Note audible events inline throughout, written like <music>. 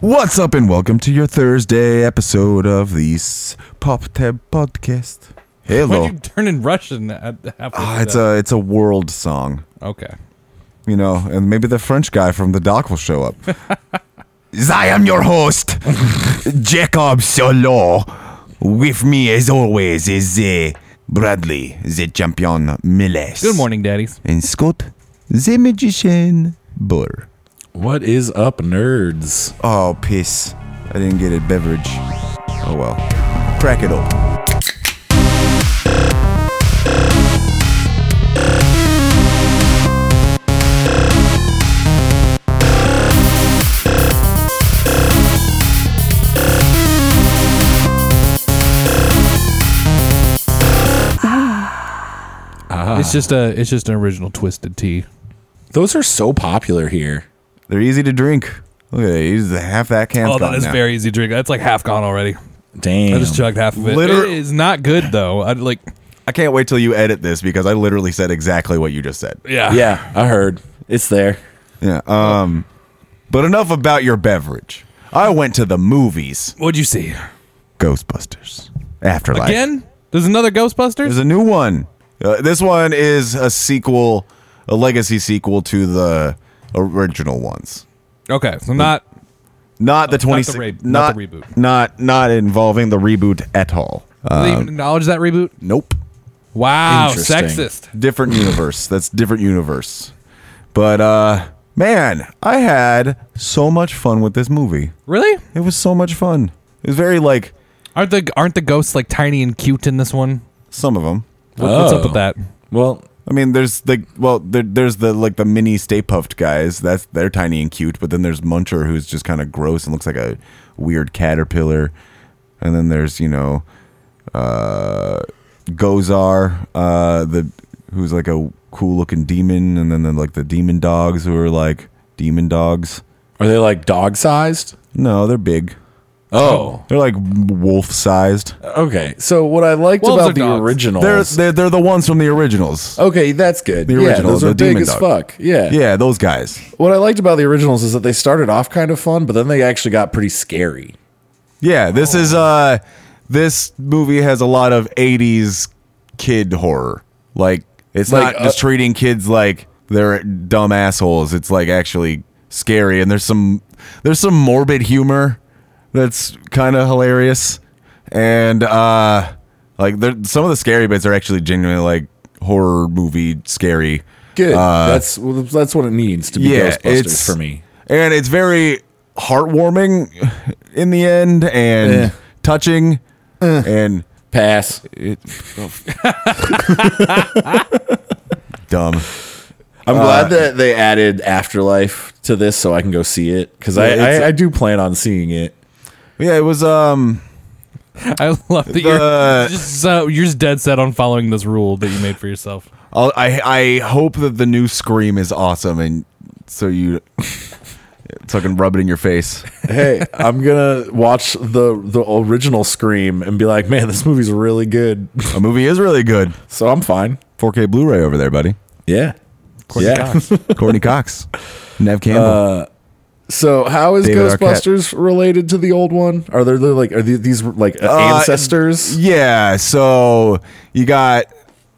What's up, and welcome to your Thursday episode of the S- Pop Tab Podcast. Why'd Hello. you turn in Russian at halfway Ah, through it's that? a it's a world song, okay. you know, and maybe the French guy from the dock will show <laughs> up. I am your host, Jacob Solo. With me, as always, is uh, Bradley, the champion Miles. Good morning, daddies. And Scott, the magician Burr. What is up, nerds? Oh, piss. I didn't get a beverage. Oh well. Crack it open. Ah. It's just a it's just an original twisted tea. Those are so popular here. They're easy to drink. Look at that. He's half that can. Oh, that is very easy to drink. That's like half gone already. Damn. I just chugged half of it. Liter- it is not good though. I like I can't wait till you edit this because I literally said exactly what you just said. yeah. yeah, I heard. It's there. Yeah. Oh. Um. But enough about your beverage. I went to the movies. What'd you see? Ghostbusters. Afterlife. Again? There's another Ghostbusters? There's a new one. Uh, this one is a sequel, a legacy sequel to the original ones. Okay, so not Not the Uh, not 20 the re- not not the reboot. Not not involving the reboot at all. Uh, they even acknowledge that reboot. nope. Wow, Interesting. sexist. different universe. That's different universe. But uh man, I had so much fun with this movie. Really? It was so much fun. It was very like Aren't the aren't the ghosts like tiny and cute in this one? some of them. What, What's up Oh. with that? Well, I mean, there's like well, there, there's the like the mini Stay Puffed guys. That's they're tiny and cute. But then there's Muncher, who's just kind of gross and looks like a weird caterpillar. And then there's you know, uh, Gozar, uh, the who's like a cool looking demon. And then the, like the demon dogs who are like demon dogs. are they like dog sized? No, they're big. Oh, They're like wolf sized. okay. So what I liked Wolves are about the dogs. Oh. They're, originals. they're they're the ones from the originals. okay, that's good. The yeah, original, those the are big demon as dog. fuck. Oh, Yeah. Yeah, those guys. What I liked about the originals is that they started off kind of fun, but then they actually got pretty scary. Yeah, this Oh. is uh this movie has a lot of 80s kid horror. Like it's Like, not just uh, treating kids like they're dumb assholes. It's like actually scary and there's some there's some morbid humor that's kind of hilarious. And uh like there some of the scary bits are actually genuinely like horror movie scary. Good. Uh, that's well, that's what it needs to be Ghostbusters for me. And it's very heartwarming in the end and Eh. touching and Pass. it, dumb. I'm glad that they added Afterlife to this so I can go see it because Yeah, I, it's- I, I do plan on seeing it. Yeah, it was um I love that The- you're just so you're just dead set on following this rule that you made for yourself. I'll, I I hope that the new Scream is awesome and so you <laughs> so I can rub it in your face. <laughs> hey, I'm gonna watch the the original Scream and be like, man, this movie's really good. <laughs> A movie is really good. So I'm fine. 4K Blu-ray over there, buddy. Yeah. yeah. <laughs> Courtney Cox, Nev Campbell. So how is David Arquette. Ghostbusters related to the old one? Are there like are the- these like Uh, ancestors? Yeah, so you got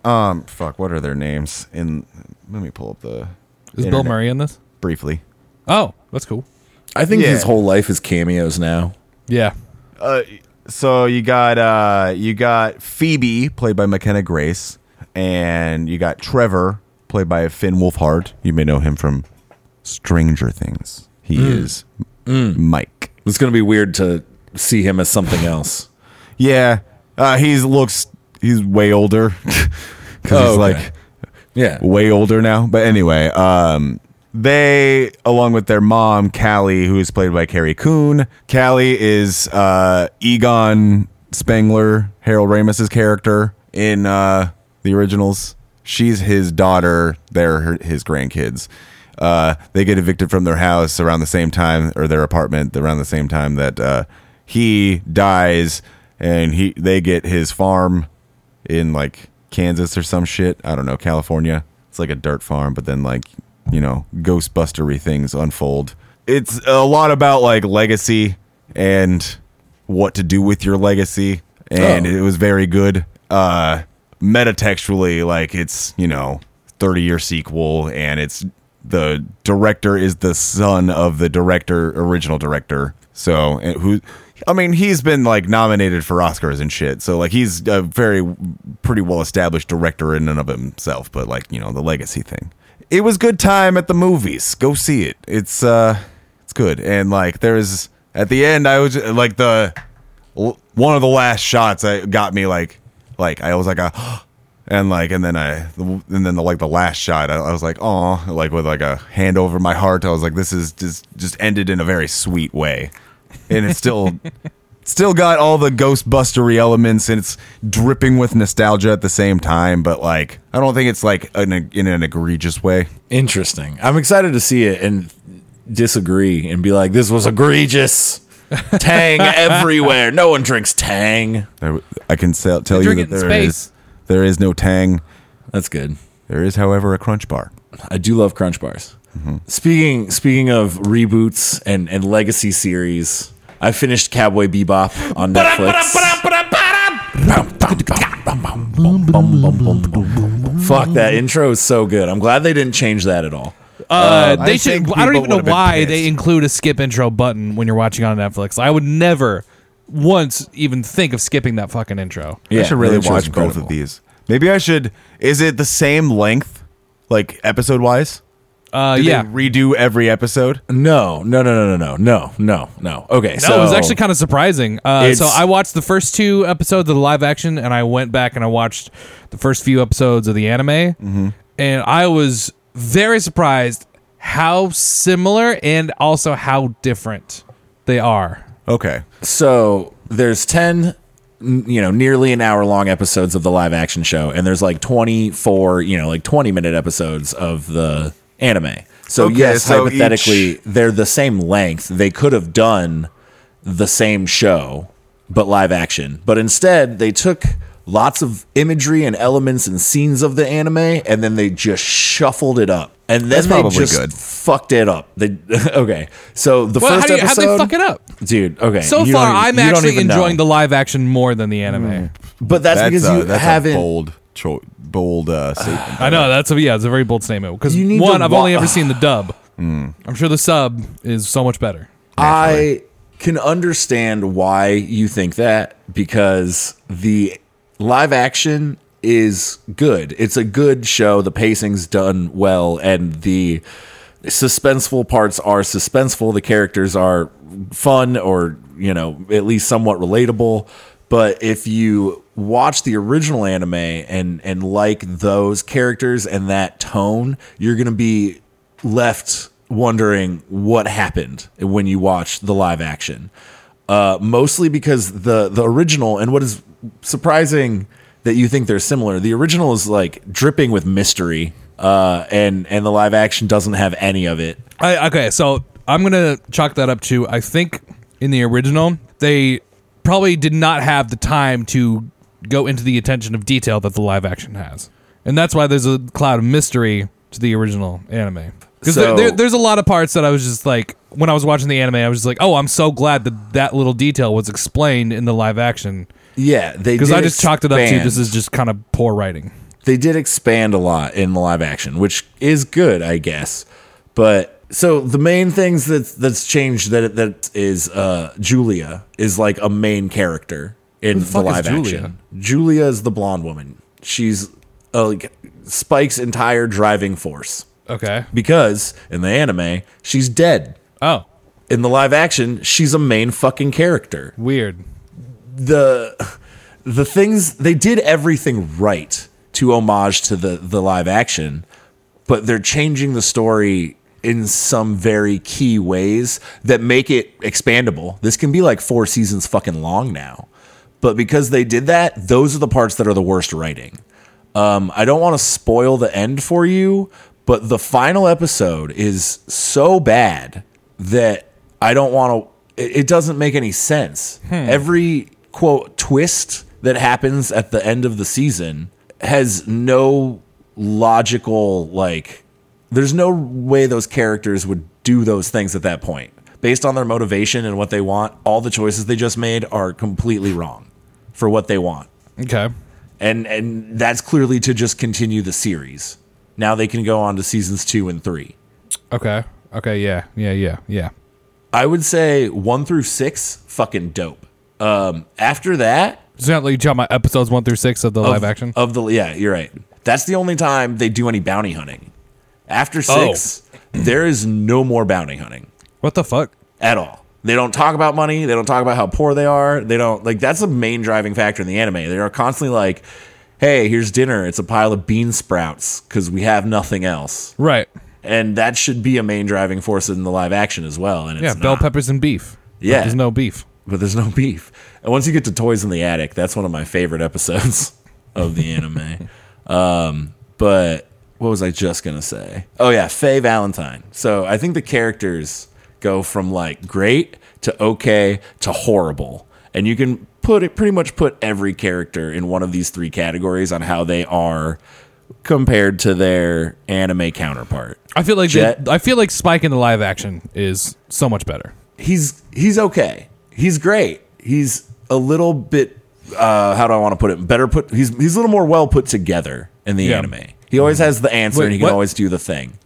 um fuck, what are their names? In let me pull up the Is Bill internet Murray in this? briefly. Oh, that's cool. I think yeah. his whole life is cameos now. Yeah. Uh, so you got uh you got Phoebe played by McKenna Grace, and you got Trevor played by Finn Wolfhard. You may know him from Stranger Things. He is Mike. It's gonna be weird to see him as something else. Yeah, uh, he looks he's way older <laughs> because Oh, he's okay. like Yeah. way older now. But anyway, um, they, along with their mom, Callie, who is played by Carrie Coon, Callie is uh, Egon Spengler, Harold Ramis's character in uh, the originals. She's his daughter. They're her, his grandkids. Uh, they get evicted from their house around the same time, or their apartment around the same time that uh, he dies, and he they get his farm in like Kansas or some shit. I don't know, California. It's like a dirt farm, but then like, you know, ghostbustery things unfold. it's a lot about like legacy and what to do with your legacy and Oh. it was very good uh metatextually like it's you know 30 year sequel and it's the director is the son of the director original director so and who i mean he's been like nominated for oscars and shit so like he's a very pretty well established director in and of himself but like you know the legacy thing it was good time at the movies. Go see it. It's uh it's good. And like there's at the end I was like the l- one of the last shots I got me like like I was like a <gasps> and like and then I and then the like the last shot I, I was like oh like with like a hand over my heart I was like this is just just ended in a very sweet way. And it's still <laughs> still got all the ghostbustery elements and it's dripping with nostalgia at the same time but like i don't think it's like an, in an egregious way Interesting. I'm excited to see it and disagree and be like, this <laughs> was egregious. Tang everywhere. No one drinks Tang. There- I can sell, tell you drink that it in there is space. there is no tang. That's good. There is, however, a crunch bar. I do love Crunch Bars. Mm-hmm. Speaking speaking of reboots and, and legacy series, I finished Cowboy Bebop on Netflix. Fuck that intro is so good. I'm glad they didn't change that at all. Uh, I they should. think I don't people even know would've been why pissed. they include a skip intro button when you're watching on Netflix. I would never once even think of skipping that fucking intro. I should really the watch both intro's of incredible. these. Maybe I should. Is it the same length, like episode wise? Uh, Do yeah. they redo every episode. No, no, no, no, no, no, no, no, no. Okay, No, so it was actually kind of surprising. Uh, It's- so I watched the first two episodes of the live action, and I went back and I watched the first few episodes of the anime, Mm-hmm. and I was very surprised how similar and also how different they are. Okay, so there's 10 n- you know nearly an hour long episodes of the live action show and there's like 24 you know like 20 minute episodes of the anime so Okay, yes so hypothetically they're the same length they could have done the same show but live action but instead they took lots of imagery and elements and scenes of the anime and then they just shuffled it up and then That's they probably just good. fucked it up they <laughs> okay so the Well, how first do you, episode how'd they fuck it up? dude okay So you far, don't even- I'm you don't actually even enjoying know. Hmm. the live action more than the anime. but that's, that's, because uh, you that's haven't a bold, cho- bold uh, statement. I know that's a yeah, it's a very bold statement because You need one, to I've wa- Hmm. only ever seen the dub. <sighs> I'm sure the sub is so much better. i can understand why you think that because the live action is good it's a good show the pacing's done well and the suspenseful parts are suspenseful the characters are fun or you know at least somewhat relatable but if you watch the original anime and and like those characters and that tone you're going to be left wondering what happened when you watch the live action uh, mostly because the the original and what is surprising that you think they're similar. The original is like dripping with mystery, uh, and and the live action doesn't have any of it. I, okay, so I'm gonna chalk that up to I think in the original they probably did not have the time to go into the attention of detail that the live action has, and that's why there's a cloud of mystery to the original anime. Because So- there, there's a lot of parts that I was just like, when I was watching the anime, I was just like, oh, I'm so glad that that little detail was explained in the live action. Yeah, they Because did I just chalked it up to expand. this is just kind of poor writing. they did expand a lot in the live action, which is good, I guess. But so the main things that that's changed that that is uh, Julia is like a main character in the, fuck is live Julia? action. Julia is the blonde woman. She's uh, like Spike's entire driving force Okay. because in the anime she's dead. Oh, In the live action, she's a main fucking character weird. the the things they did everything right to homage to the the live action, but they're changing the story in some very key ways that make it expandable. This can be like four seasons fucking long now. But because they did that, those are the parts that are the worst writing. Um, I don't want to spoil the end for you, but the final episode is so bad that I don't want to. It, it doesn't make any sense. Every quote twist that happens at the end of the season has no logical like. There's no way those characters would do those things at that point. Based on their motivation and what they want, all the choices they just made are completely wrong for what they want. Okay. And and that's clearly to just continue the series. Now they can go on to seasons 2 and 3. Okay. Okay. Yeah. Yeah. Yeah. Yeah. I would say 1 through 6 fucking dope. Um after that, So now that you talking about episodes one through six of the live action. of the yeah you're right that's the only time they do any bounty hunting after Oh. six, there is no more bounty hunting What the fuck? at all they don't talk about money they don't talk about how poor they are they don't like that's the main driving factor in the anime they are constantly like hey here's dinner it's a pile of bean sprouts because we have nothing else Right. and that should be a main driving force in the live action as well and it's Yeah. not. Bell peppers and beef. But Yeah. There's no beef. but there's no beef. And once you get to Toys in the Attic, that's one of my favorite episodes <laughs> of the anime. Um, but what was I just going to say? Oh, yeah, Faye Valentine. So I think the characters go from like great to okay to horrible. And you can put it pretty much put every character in one of these three categories on how they are compared to their anime counterpart. I feel like Jet. the- I feel like Spike in the live action is so much better. he's he's okay. He's great. He's a little bit uh how do I want to put it? Better put he's he's a little more well put together in the Yeah. Mm-hmm. anime. He always has the answer Wait, and he can what? always do the thing.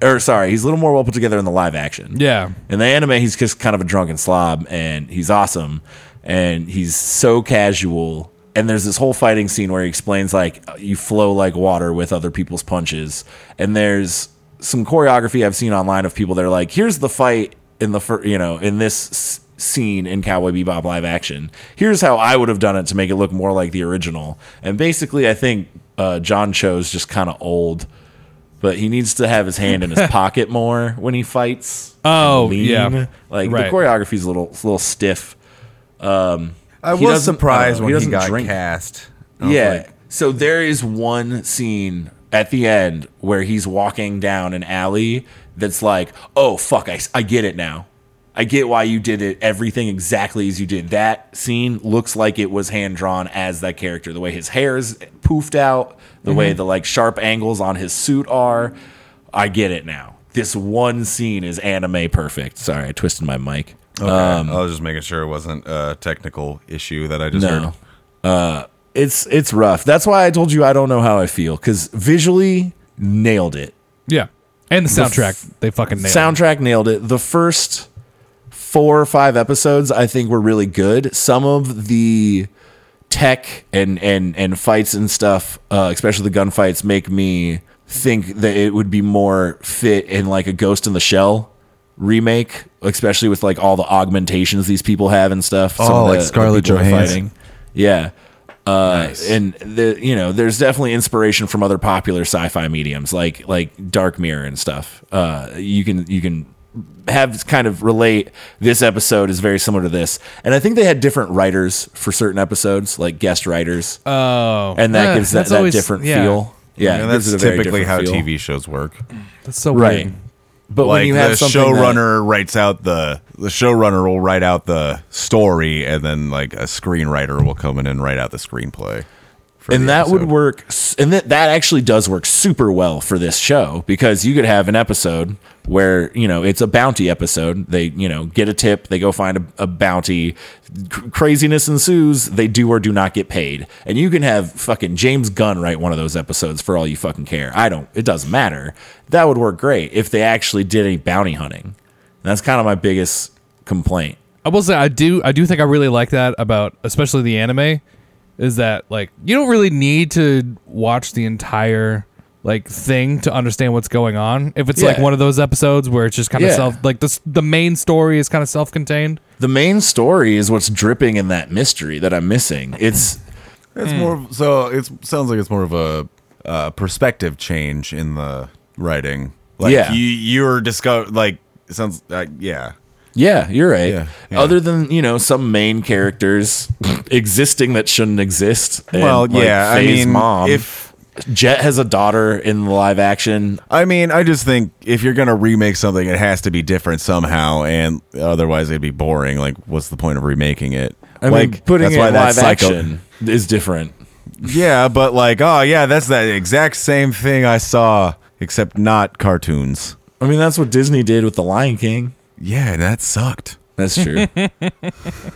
Or sorry, he's a little more well put together in the live action. Yeah. In the anime, he's just kind of a drunken slob, and he's awesome, and he's so casual. And there's this whole fighting scene where he explains like you flow like water with other people's punches, and there's some choreography I've seen online of people that are like, here's the fight in the fir- you know in this s- scene in Cowboy Bebop live action. Here's how I would have done it to make it look more like the original. And basically, I think uh, John Cho's just kind of old but he needs to have his hand <laughs> in his pocket more when he fights. Oh, And yeah. like Right. the choreography's a little, it's a little stiff. I He was doesn't- surprised uh, he when he, doesn't got drink. cast. I was Yeah. like, so there is one scene at the end where he's walking down an alley that's like, oh fuck, I, s- I get it now. I get why you did it. Everything exactly as you did. That scene looks like it was hand drawn as that character. The way his hair is poofed out, the way Mm-hmm. the like sharp angles on his suit are. I get it now. This one scene is anime perfect. Sorry, I twisted my mic. okay. I was just making sure it wasn't a technical issue that I just No. Uh, heard. It's it's rough. That's why I told you I don't know how I feel because visually nailed it. Yeah. And the soundtrack, they fucking nailed. it. soundtrack nailed it. The first four or five episodes, I think, were really good. Some of the tech and and and fights and stuff, uh, especially the gunfights, make me think that it would be more fit in like a Ghost in the Shell remake, especially with like all the augmentations these people have and stuff. Some Oh, of like the- the Scarlett people are Johansson. fighting. Yeah. Uh, and the you know there's definitely inspiration from other popular sci-fi mediums like like Dark Mirror and stuff. Uh, you can you can have kind of relate this episode is very similar to this, and I think they had different writers for certain episodes, like guest writers, Oh. and that Eh, gives that, that's that always- different yeah, feel. Yeah, And it gives that's it a very typically how different feel. TV shows work. That's so right? weird. But when like you the have something that- showrunner writes out the the showrunner will write out the story and then like a screenwriter will come in and write out the screenplay for the and that would episode. work s- and that that actually does work super well for this show because you could have an episode where you know it's a bounty episode they you know get a tip they go find a, a bounty C- craziness ensues they do or do not get paid and you can have fucking james gunn write one of those episodes for all you fucking care i don't it doesn't matter that would work great if they actually did any bounty hunting and that's kind of my biggest complaint I will say I do I do think I really like that about especially the anime is that like you don't really need to watch the entire like thing to understand what's going on. If it's like Yeah. one of those episodes where it's just kind of Yeah. self like this the main story is kind of self-contained. the main story is what's dripping in that mystery that i'm missing it's It's more Hmm. of- so it sounds like it's more of a uh, perspective change in the writing. Like Yeah. you you're discover like it sounds like yeah. Yeah, you're right. Yeah, yeah. Other than you know some main characters <laughs> existing that shouldn't exist. and, Well, like, yeah, I Faye's mean, mom. if- Jet has a daughter in the live action, I mean, I just think if you're gonna remake something, it has to be different somehow, and otherwise it'd be boring. Like, what's the point of remaking it? I like mean, putting it in live that's psycho- action is different. Yeah, but like, oh yeah, that's that exact same thing I saw, except not cartoons. I mean, that's what Disney did with The Lion King. Yeah, and that sucked. That's true. but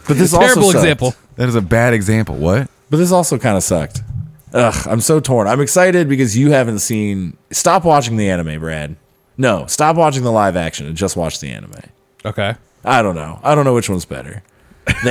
this also Terrible sucked. example. That is a bad example. What? But this also kind of sucked. Ugh, I'm so torn. I'm excited because you haven't seen. Stop watching the anime, Brad. No, stop watching the live action and just watch the anime. Okay. I don't know. I don't know which one's better. The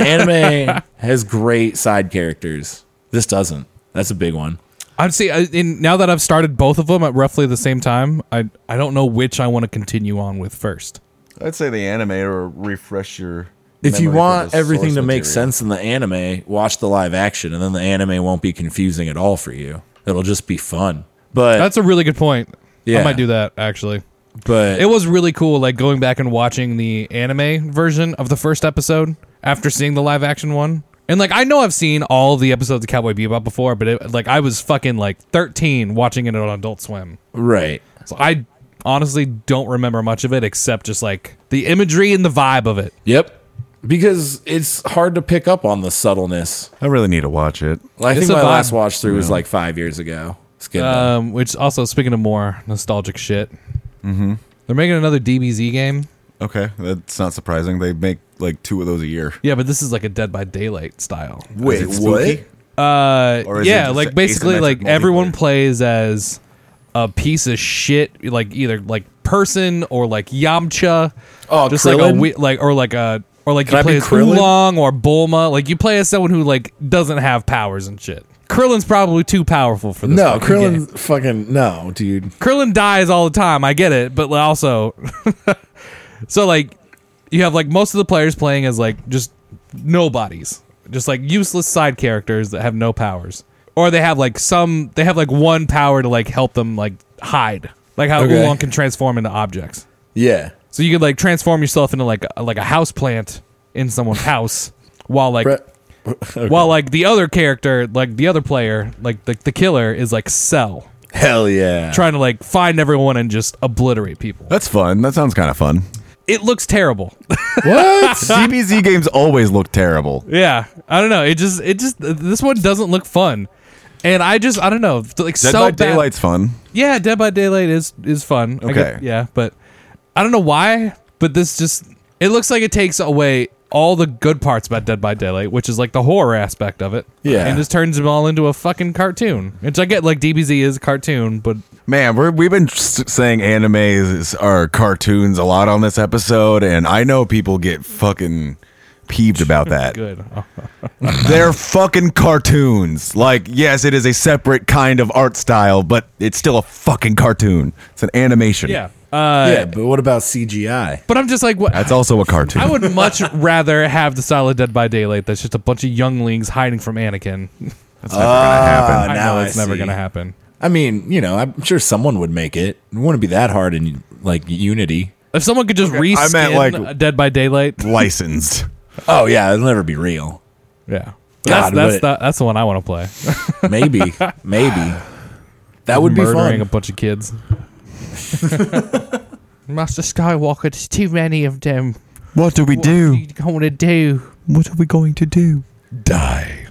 <laughs> anime has great side characters. This doesn't. That's a big one. I'd say I- in, now that I've started both of them at roughly the same time, I I don't know which I want to continue on with first. I'd say the anime or refresh your. If you want everything to make sense in the anime, watch the live action, and then the anime won't be confusing at all for you. It'll just be fun. But That's a really good point. I Yeah. might do that actually. but It was really cool, like going back and watching the anime version of the first episode after seeing the live action one. And like I know I've seen all the episodes of Cowboy Bebop before, but it, like I was fucking like 13 watching it on Adult Swim. right, So I honestly don't remember much of it except just like the imagery and the vibe of it. yep, because it's hard to pick up on the subtleness I really need to watch it. I It's think a my vibe. last watch through was like five years ago. It's good. though. Um, which also speaking of more nostalgic shit, mm-hmm. they're making another DBZ game. Okay, that's not surprising. They make like two of those a year. Yeah, but this is like a Dead by Daylight style. Wait, what? Uh, Or is it yeah, just like a basically, asymmetric like everyone multiplayer? plays as a piece of shit, like either like person or like Yamcha. Oh, just like a Krillin? we- like or like a or like Can you I play be as Krillin? Oolong or Bulma. Like you play as someone who like doesn't have powers and shit. Krillin's probably too powerful for this. no, fucking game. Krillin fucking no, dude. Krillin dies all the time. I get it, but also, <laughs> so like, you have like most of the players playing as like just nobodies, just like useless side characters that have no powers, or they have like some they have like one power to like help them like hide, like how Okay. Oolong can transform into objects. Yeah, So you could like transform yourself into like a, like a house plant in someone's house, <laughs> while like Brett. while like the other character, like the other player, like the the killer is like Cell Hell yeah. trying to like find everyone and just obliterate people. That's fun. That sounds kind of fun. <laughs> It looks terrible. <laughs> what? CBZ games always look terrible. yeah, I don't know. It just it just this one doesn't look fun. And I just I don't know like Dead so by bad- Daylight's fun. Yeah, Dead by Daylight is is fun. I Okay. yeah, but I don't know why, but this just it looks like it takes away all the good parts about Dead by Daylight, which is like the horror aspect of it. Yeah. and just turns them all into a fucking cartoon. Which I get, like DBZ is a cartoon, but Man, we're, we've been s- saying animes are cartoons a lot on this episode, and I know people get fucking peeved about that. good. They're fucking cartoons. Like, yes, it is a separate kind of art style, but it's still a fucking cartoon. It's an animation. yeah, uh, yeah, but what about CGI? but I'm just like what. That's also a cartoon. I <laughs> would much rather have the style of Dead by Daylight that's just a bunch of younglings hiding from Anakin. That's never gonna happen. I Uh, now know I it's never see. going to happen. I mean, you know, I'm sure someone would make it. It wouldn't be that hard in like Unity. If someone could just I reskin meant, like- a Dead by Daylight, Licensed. Oh yeah, it'll never be real. yeah. God, that's that's but- the, that's the one I want to play. <laughs> Maybe, maybe that would be Murdering a fun. bunch of <laughs> kids. Master Skywalker, there's too many of them. <laughs> What do we do? going to do? What are we going to do? Die.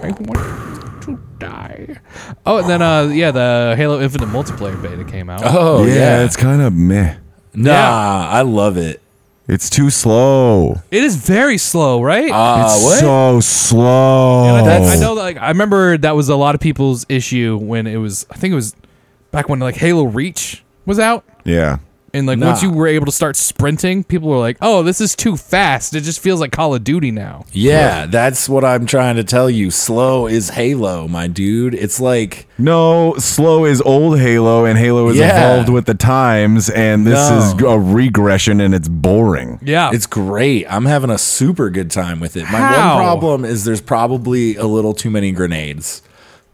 I want to die. Oh, and then uh, yeah, the Halo Infinite multiplayer beta came out. Oh yeah, yeah, it's kind of meh. nah. Yeah. I love it. It's too slow. It is very slow, right? Uh, it's what? so slow. And I- I know, like, I remember that was a lot of people's issue when it was. I think it was back when like Halo Reach was out, yeah. and like Nah. once you were able to start sprinting, people were like, "Oh, this is too fast. It just feels like Call of Duty now." Yeah, that's what I'm trying to tell you. Slow is Halo, my dude. It's like No, slow is old Halo, and Halo is Yeah. evolved with the times, and this No. is a regression, and it's boring. Yeah, it's great. I'm having a super good time with it. My How? one problem is there's probably a little too many grenades,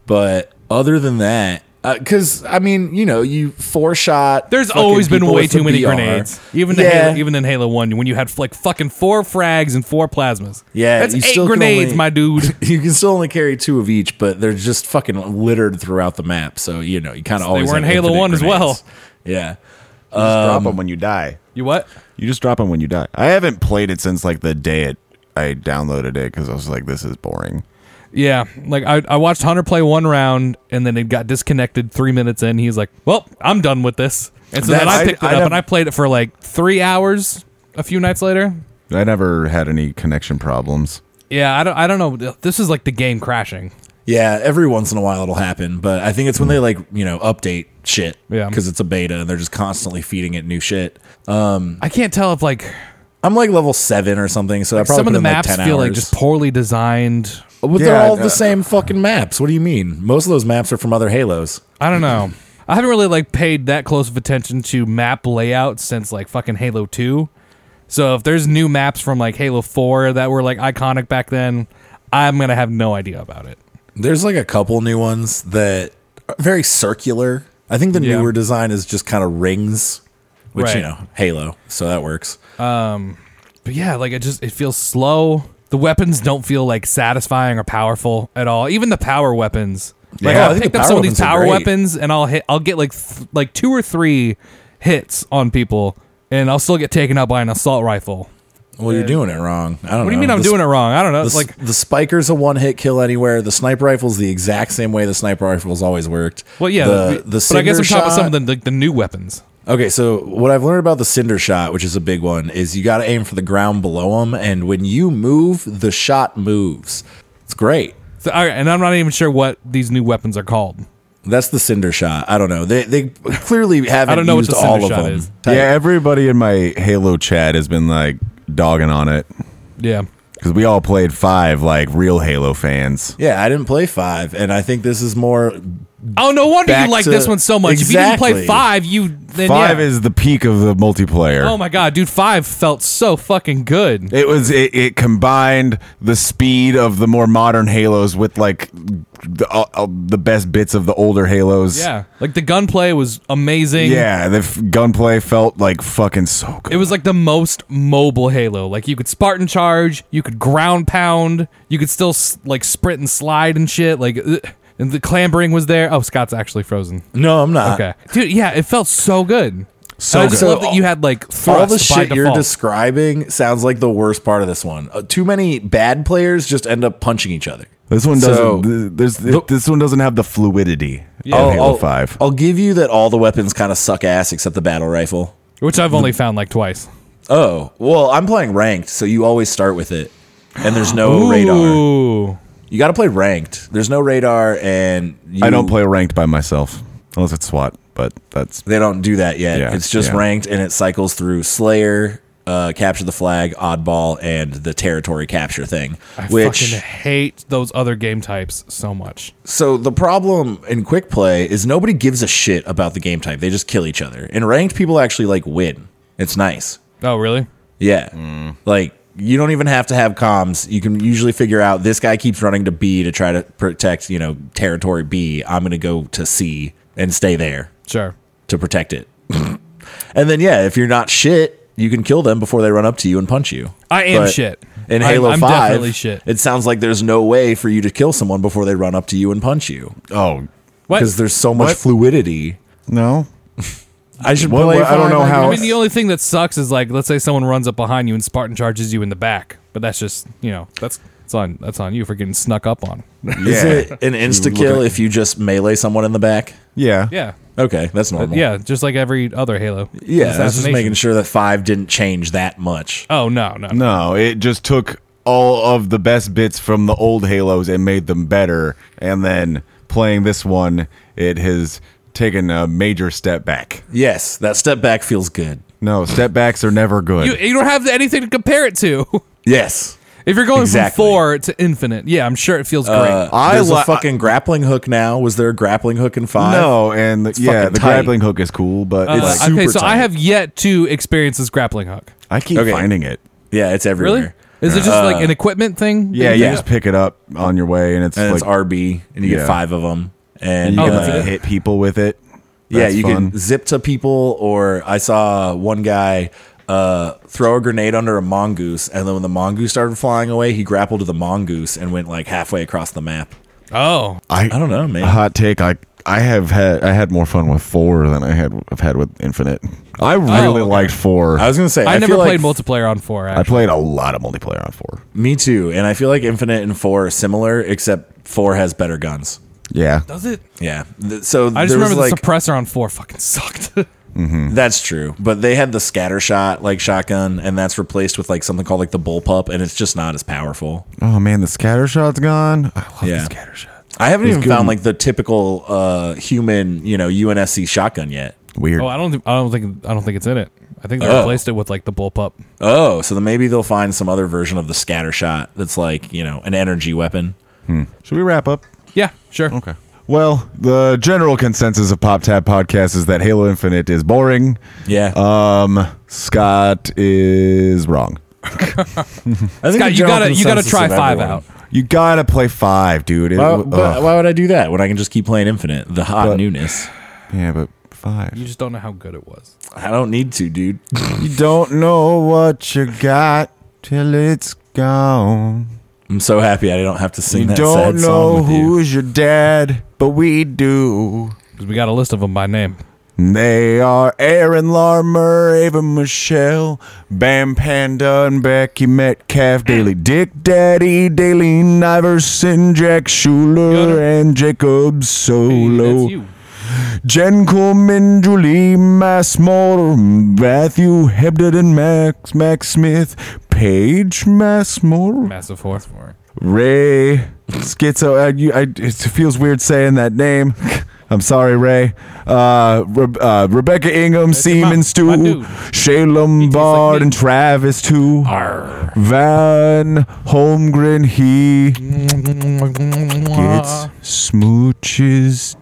but other than that, because I mean, you know, you four shot. There's fucking always been people way with the too many BR. grenades, even in yeah, Halo, even in Halo One, when you had like fucking four frags and four plasmas. Yeah, that's you eight still can grenades, only- my dude. you can still only carry two of each, but they're just fucking littered throughout the map. So you know, you kind of always were in have Halo infinite 1 as grenades. well. Yeah. You just drop them when you die. <laughs> You what? You just drop them when you die. I haven't played it since like the day it, I downloaded it because I was like, this is boring. Yeah, like I, I watched Hunter play one round and then it got disconnected three minutes in. He's like, "Well, I'm done with this," and so then That's- I picked I- it I up have- and I played it for like three hours a few nights later. I never had any connection problems. Yeah, I don't I don't know. This is like the game crashing. Yeah, every once in a while it'll happen, but I think it's when they like you know update shit. Yeah. because it's a beta and they're just constantly feeding it new shit. Um, I can't tell if like I'm like level seven or something, so I probably some of put the in, maps like 10 feel like hours. just poorly designed. But they're Yeah, all uh, the same fucking maps. What do you mean? Most of those maps are from other Halos. I don't <laughs> know. I haven't really like paid that close of attention to map layout since like fucking Halo 2. So if there's new maps from like Halo 4 that were like iconic back then, I'm going to have no idea about it. There's like a couple new ones that are very circular. I think the Yeah. newer design is just kind of rings, which you Right. know, Halo, so that works. But yeah, like it just it feels slow. The weapons don't feel like satisfying or powerful at all. Even the power weapons. Like Yeah, I I'll think pick the up some power of these weapons are power great. weapons and I'll hit I'll get like th- like two or three hits on people and I'll still get taken out by an assault rifle. Well, you're doing it wrong. I don't What do you mean I'm doing it wrong? I don't know. It's like like Um, the spiker's a one hit kill anywhere. The sniper rifle's the exact same way the sniper rifle's always worked. Well, yeah, the, the- the but I guess cinder on top of shot- some of the, the, the new weapons. Okay, so what I've learned about the cinder shot, which is a big one, is you got to aim for the ground below them, and when you move, the shot moves. It's great. So, all right, and I'm not even sure what these new weapons are called. That's the cinder shot. I don't know. They they clearly <laughs> haven't I don't know what used the all cinder of shot them. is. Yeah, everybody in my Halo chat has been like dogging on it Yeah, because we all played five like real Halo fans. Yeah, I didn't play five, and I think this is more. oh no wonder Back you like to- this one so much. If you didn't play Exactly. five, you then Five yeah. is the peak of the multiplayer. oh my god, dude, five felt so fucking good. It was it, it combined the speed of the more modern Halos with like the, uh, uh, the best bits of the older Halos. Yeah, like the gunplay was amazing. yeah. The f- gunplay felt like fucking so good. It was like the most mobile Halo. Like you could Spartan charge, you could ground pound, you could still s- like sprint and slide and shit. Like, ugh. and the clambering was there. Oh, Scott's actually frozen. No, I'm not. Okay, dude. Yeah, it felt so good. So I just Uh, good. love that you had like thrust All the by shit default. you're describing sounds like the worst part of this one. Uh, too many bad players just end up punching each other. this one doesn't. So- th- there's, this one doesn't have the fluidity Yeah. of Oh, Halo I'll, Five. I'll give you that all the weapons kind of suck ass except the battle rifle. which I've only found like twice. Oh, well, I'm playing ranked, so you always start with it. And there's no radar. Ooh, You got to play ranked. There's no radar, and you, I oh. don't play ranked by myself unless it's SWAT, but that's They don't do that yet. Yeah, it's just yeah. ranked, and it cycles through Slayer, uh, Capture the Flag, Oddball, and the Territory Capture thing. I which fucking hate those other game types so much. so the problem in quick play is nobody gives a shit about the game type. They just kill each other. And ranked people actually like win. It's nice. Oh, really? Yeah. Like you don't even have to have comms. You can usually figure out this guy keeps running to B to try to protect, you know, territory B. I'm going to go to C and stay there Sure. to protect it. <laughs> and then yeah, if you're not shit, you can kill them before they run up to you and punch you. I am shit. In I'm- Halo I'm 5, definitely shit. it sounds like there's no way for you to kill someone before they run up to you and punch you oh What? because there's so much What? fluidity. no. I should What- play. what- I don't Five, <laughs> know how- I guess. mean, the only thing that sucks is like, let's say someone runs up behind you and Spartan charges you in the back, but that's just you know that's it's on that's on you for getting snuck up <laughs> on. Is Yeah. it an insta kill if you just melee someone in the back? Yeah. yeah, Okay, that's normal. yeah, just like every other Halo. yeah. I was just Assassination. making sure that five didn't change that much. Oh no, no, no. No, it just took all of the best bits from the old Halos and made them better. And then playing this one, it has taken a major step back. Yes, that step back feels good. No, step backs are never good. You, you don't have anything to compare it to. <laughs> Yes, If you're going Exactly. Uh, from four to infinite, yeah, I'm sure it feels great. I there's li- a fucking grappling hook now. Was there a grappling hook in five? no, and the, yeah, fucking the tight. grappling hook is cool, but Uh, like, I- okay, super so I tight. have yet to experience this grappling hook. I keep okay. finding it. Yeah, it's everywhere. Really? Is it just like an equipment thing? Yeah, you Uh, yeah. just pick it up on your way, and it's And like it's RB, and you Yeah. get five of them. And you Oh, can that's like, it. hit people with it. yeah, That's you fun. can zip to people, or I saw one guy uh, throw a grenade under a mongoose, and then when the mongoose started flying away, he grappled to the mongoose and went like halfway across the map. Oh, I, Uh-huh. I don't know, man. hot take. I I have had I had more fun with four than I had have had with Infinite. I really Oh, okay. liked four. I was gonna say I, never feel played like multiplayer on four. I Actually. played a lot of multiplayer on four. Me too. And I feel like Infinite and Four are similar, except Four has better guns. Yeah, Does it? Yeah. Th- So I just there was remember like the suppressor on four fucking <laughs> sucked. that's true, but they had the scatter shot like shotgun, and that's replaced with like something called like the bullpup, and it's just not as powerful. Oh man, the scatter shot's gone. I love Yeah. the scatter shot. I haven't even good. found like the typical uh, human, you know, UNSC shotgun yet. Weird. oh, I don't. thi- I don't think. I don't think it's in it. I think they Oh. replaced it with like the bullpup. Oh, so then maybe they'll find some other version of the scatter shot that's like you know an energy weapon. Should we wrap up? Yeah, sure. Okay. Well, the general consensus of Pop Tab Podcast is that Halo Infinite is boring. Yeah, Uh, Um, Scott is wrong. I think Scott, the you general gotta you gotta consensus try of five everyone- out. You gotta play five, dude. It- uh, Why, but ugh. why would I do that when I can just keep playing Infinite, the hot But- newness? yeah, but five. You just don't know how good it was. I don't need to, dude. You don't know what you got till it's gone. I'm so happy I don't have to sing You that don't sad song know with you. who's your dad, but we do. 'Cause we got a list of them by name. They are Aaron Larmer, Ava Michelle, Bam Panda, and Becky Metcalf, Daily Dick Daddy, Daily Iverson, Jack Schuler, Yoder. and Jacob Solo, That's you. Jen Coleman, Julie Massmore, Matthew Hebden, and Max Max Smith, Paige Massmore, Massive four. Ray Schizo. Uh, you, I, it feels weird saying that name. <laughs> I'm sorry, Ray. Uh, Re- uh, Rebecca Ingham, Seaman my- my Stu, dude. Shay tastes Lombard, like me. and Travis too. Arr. Van Holmgren, he gets smooches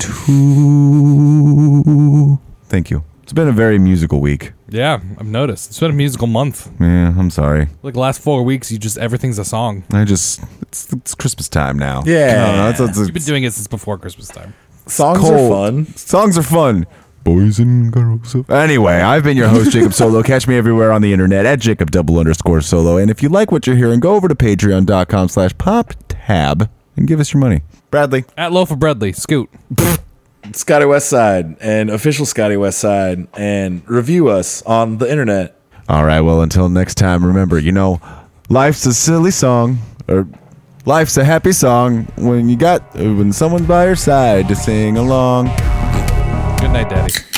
too. Thank you. It's been a very musical week. Yeah, I've noticed. It's been a musical month. Yeah, I'm sorry. Like last four weeks, you just everything's a song. I just it's, it's Christmas time now. Yeah. I don't know, it's- it's- You've been doing it since before Christmas time. Songs cold. are fun. Songs are fun. Boys and girls. Anyway, I've been your host, Jacob Solo. Catch me everywhere on the internet at Jacob double underscore solo. And if you like what you're hearing, go over to patreon.com slash pop tab and give us your money. Bradley. At Loaf of Bradley, Scoot. Scotty Westside and official Scotty Westside and review us on the internet. All right, well, until next time, remember, you know, life's a silly song, or life's a happy song when you got, when someone's by your side to sing along. Good night, Daddy.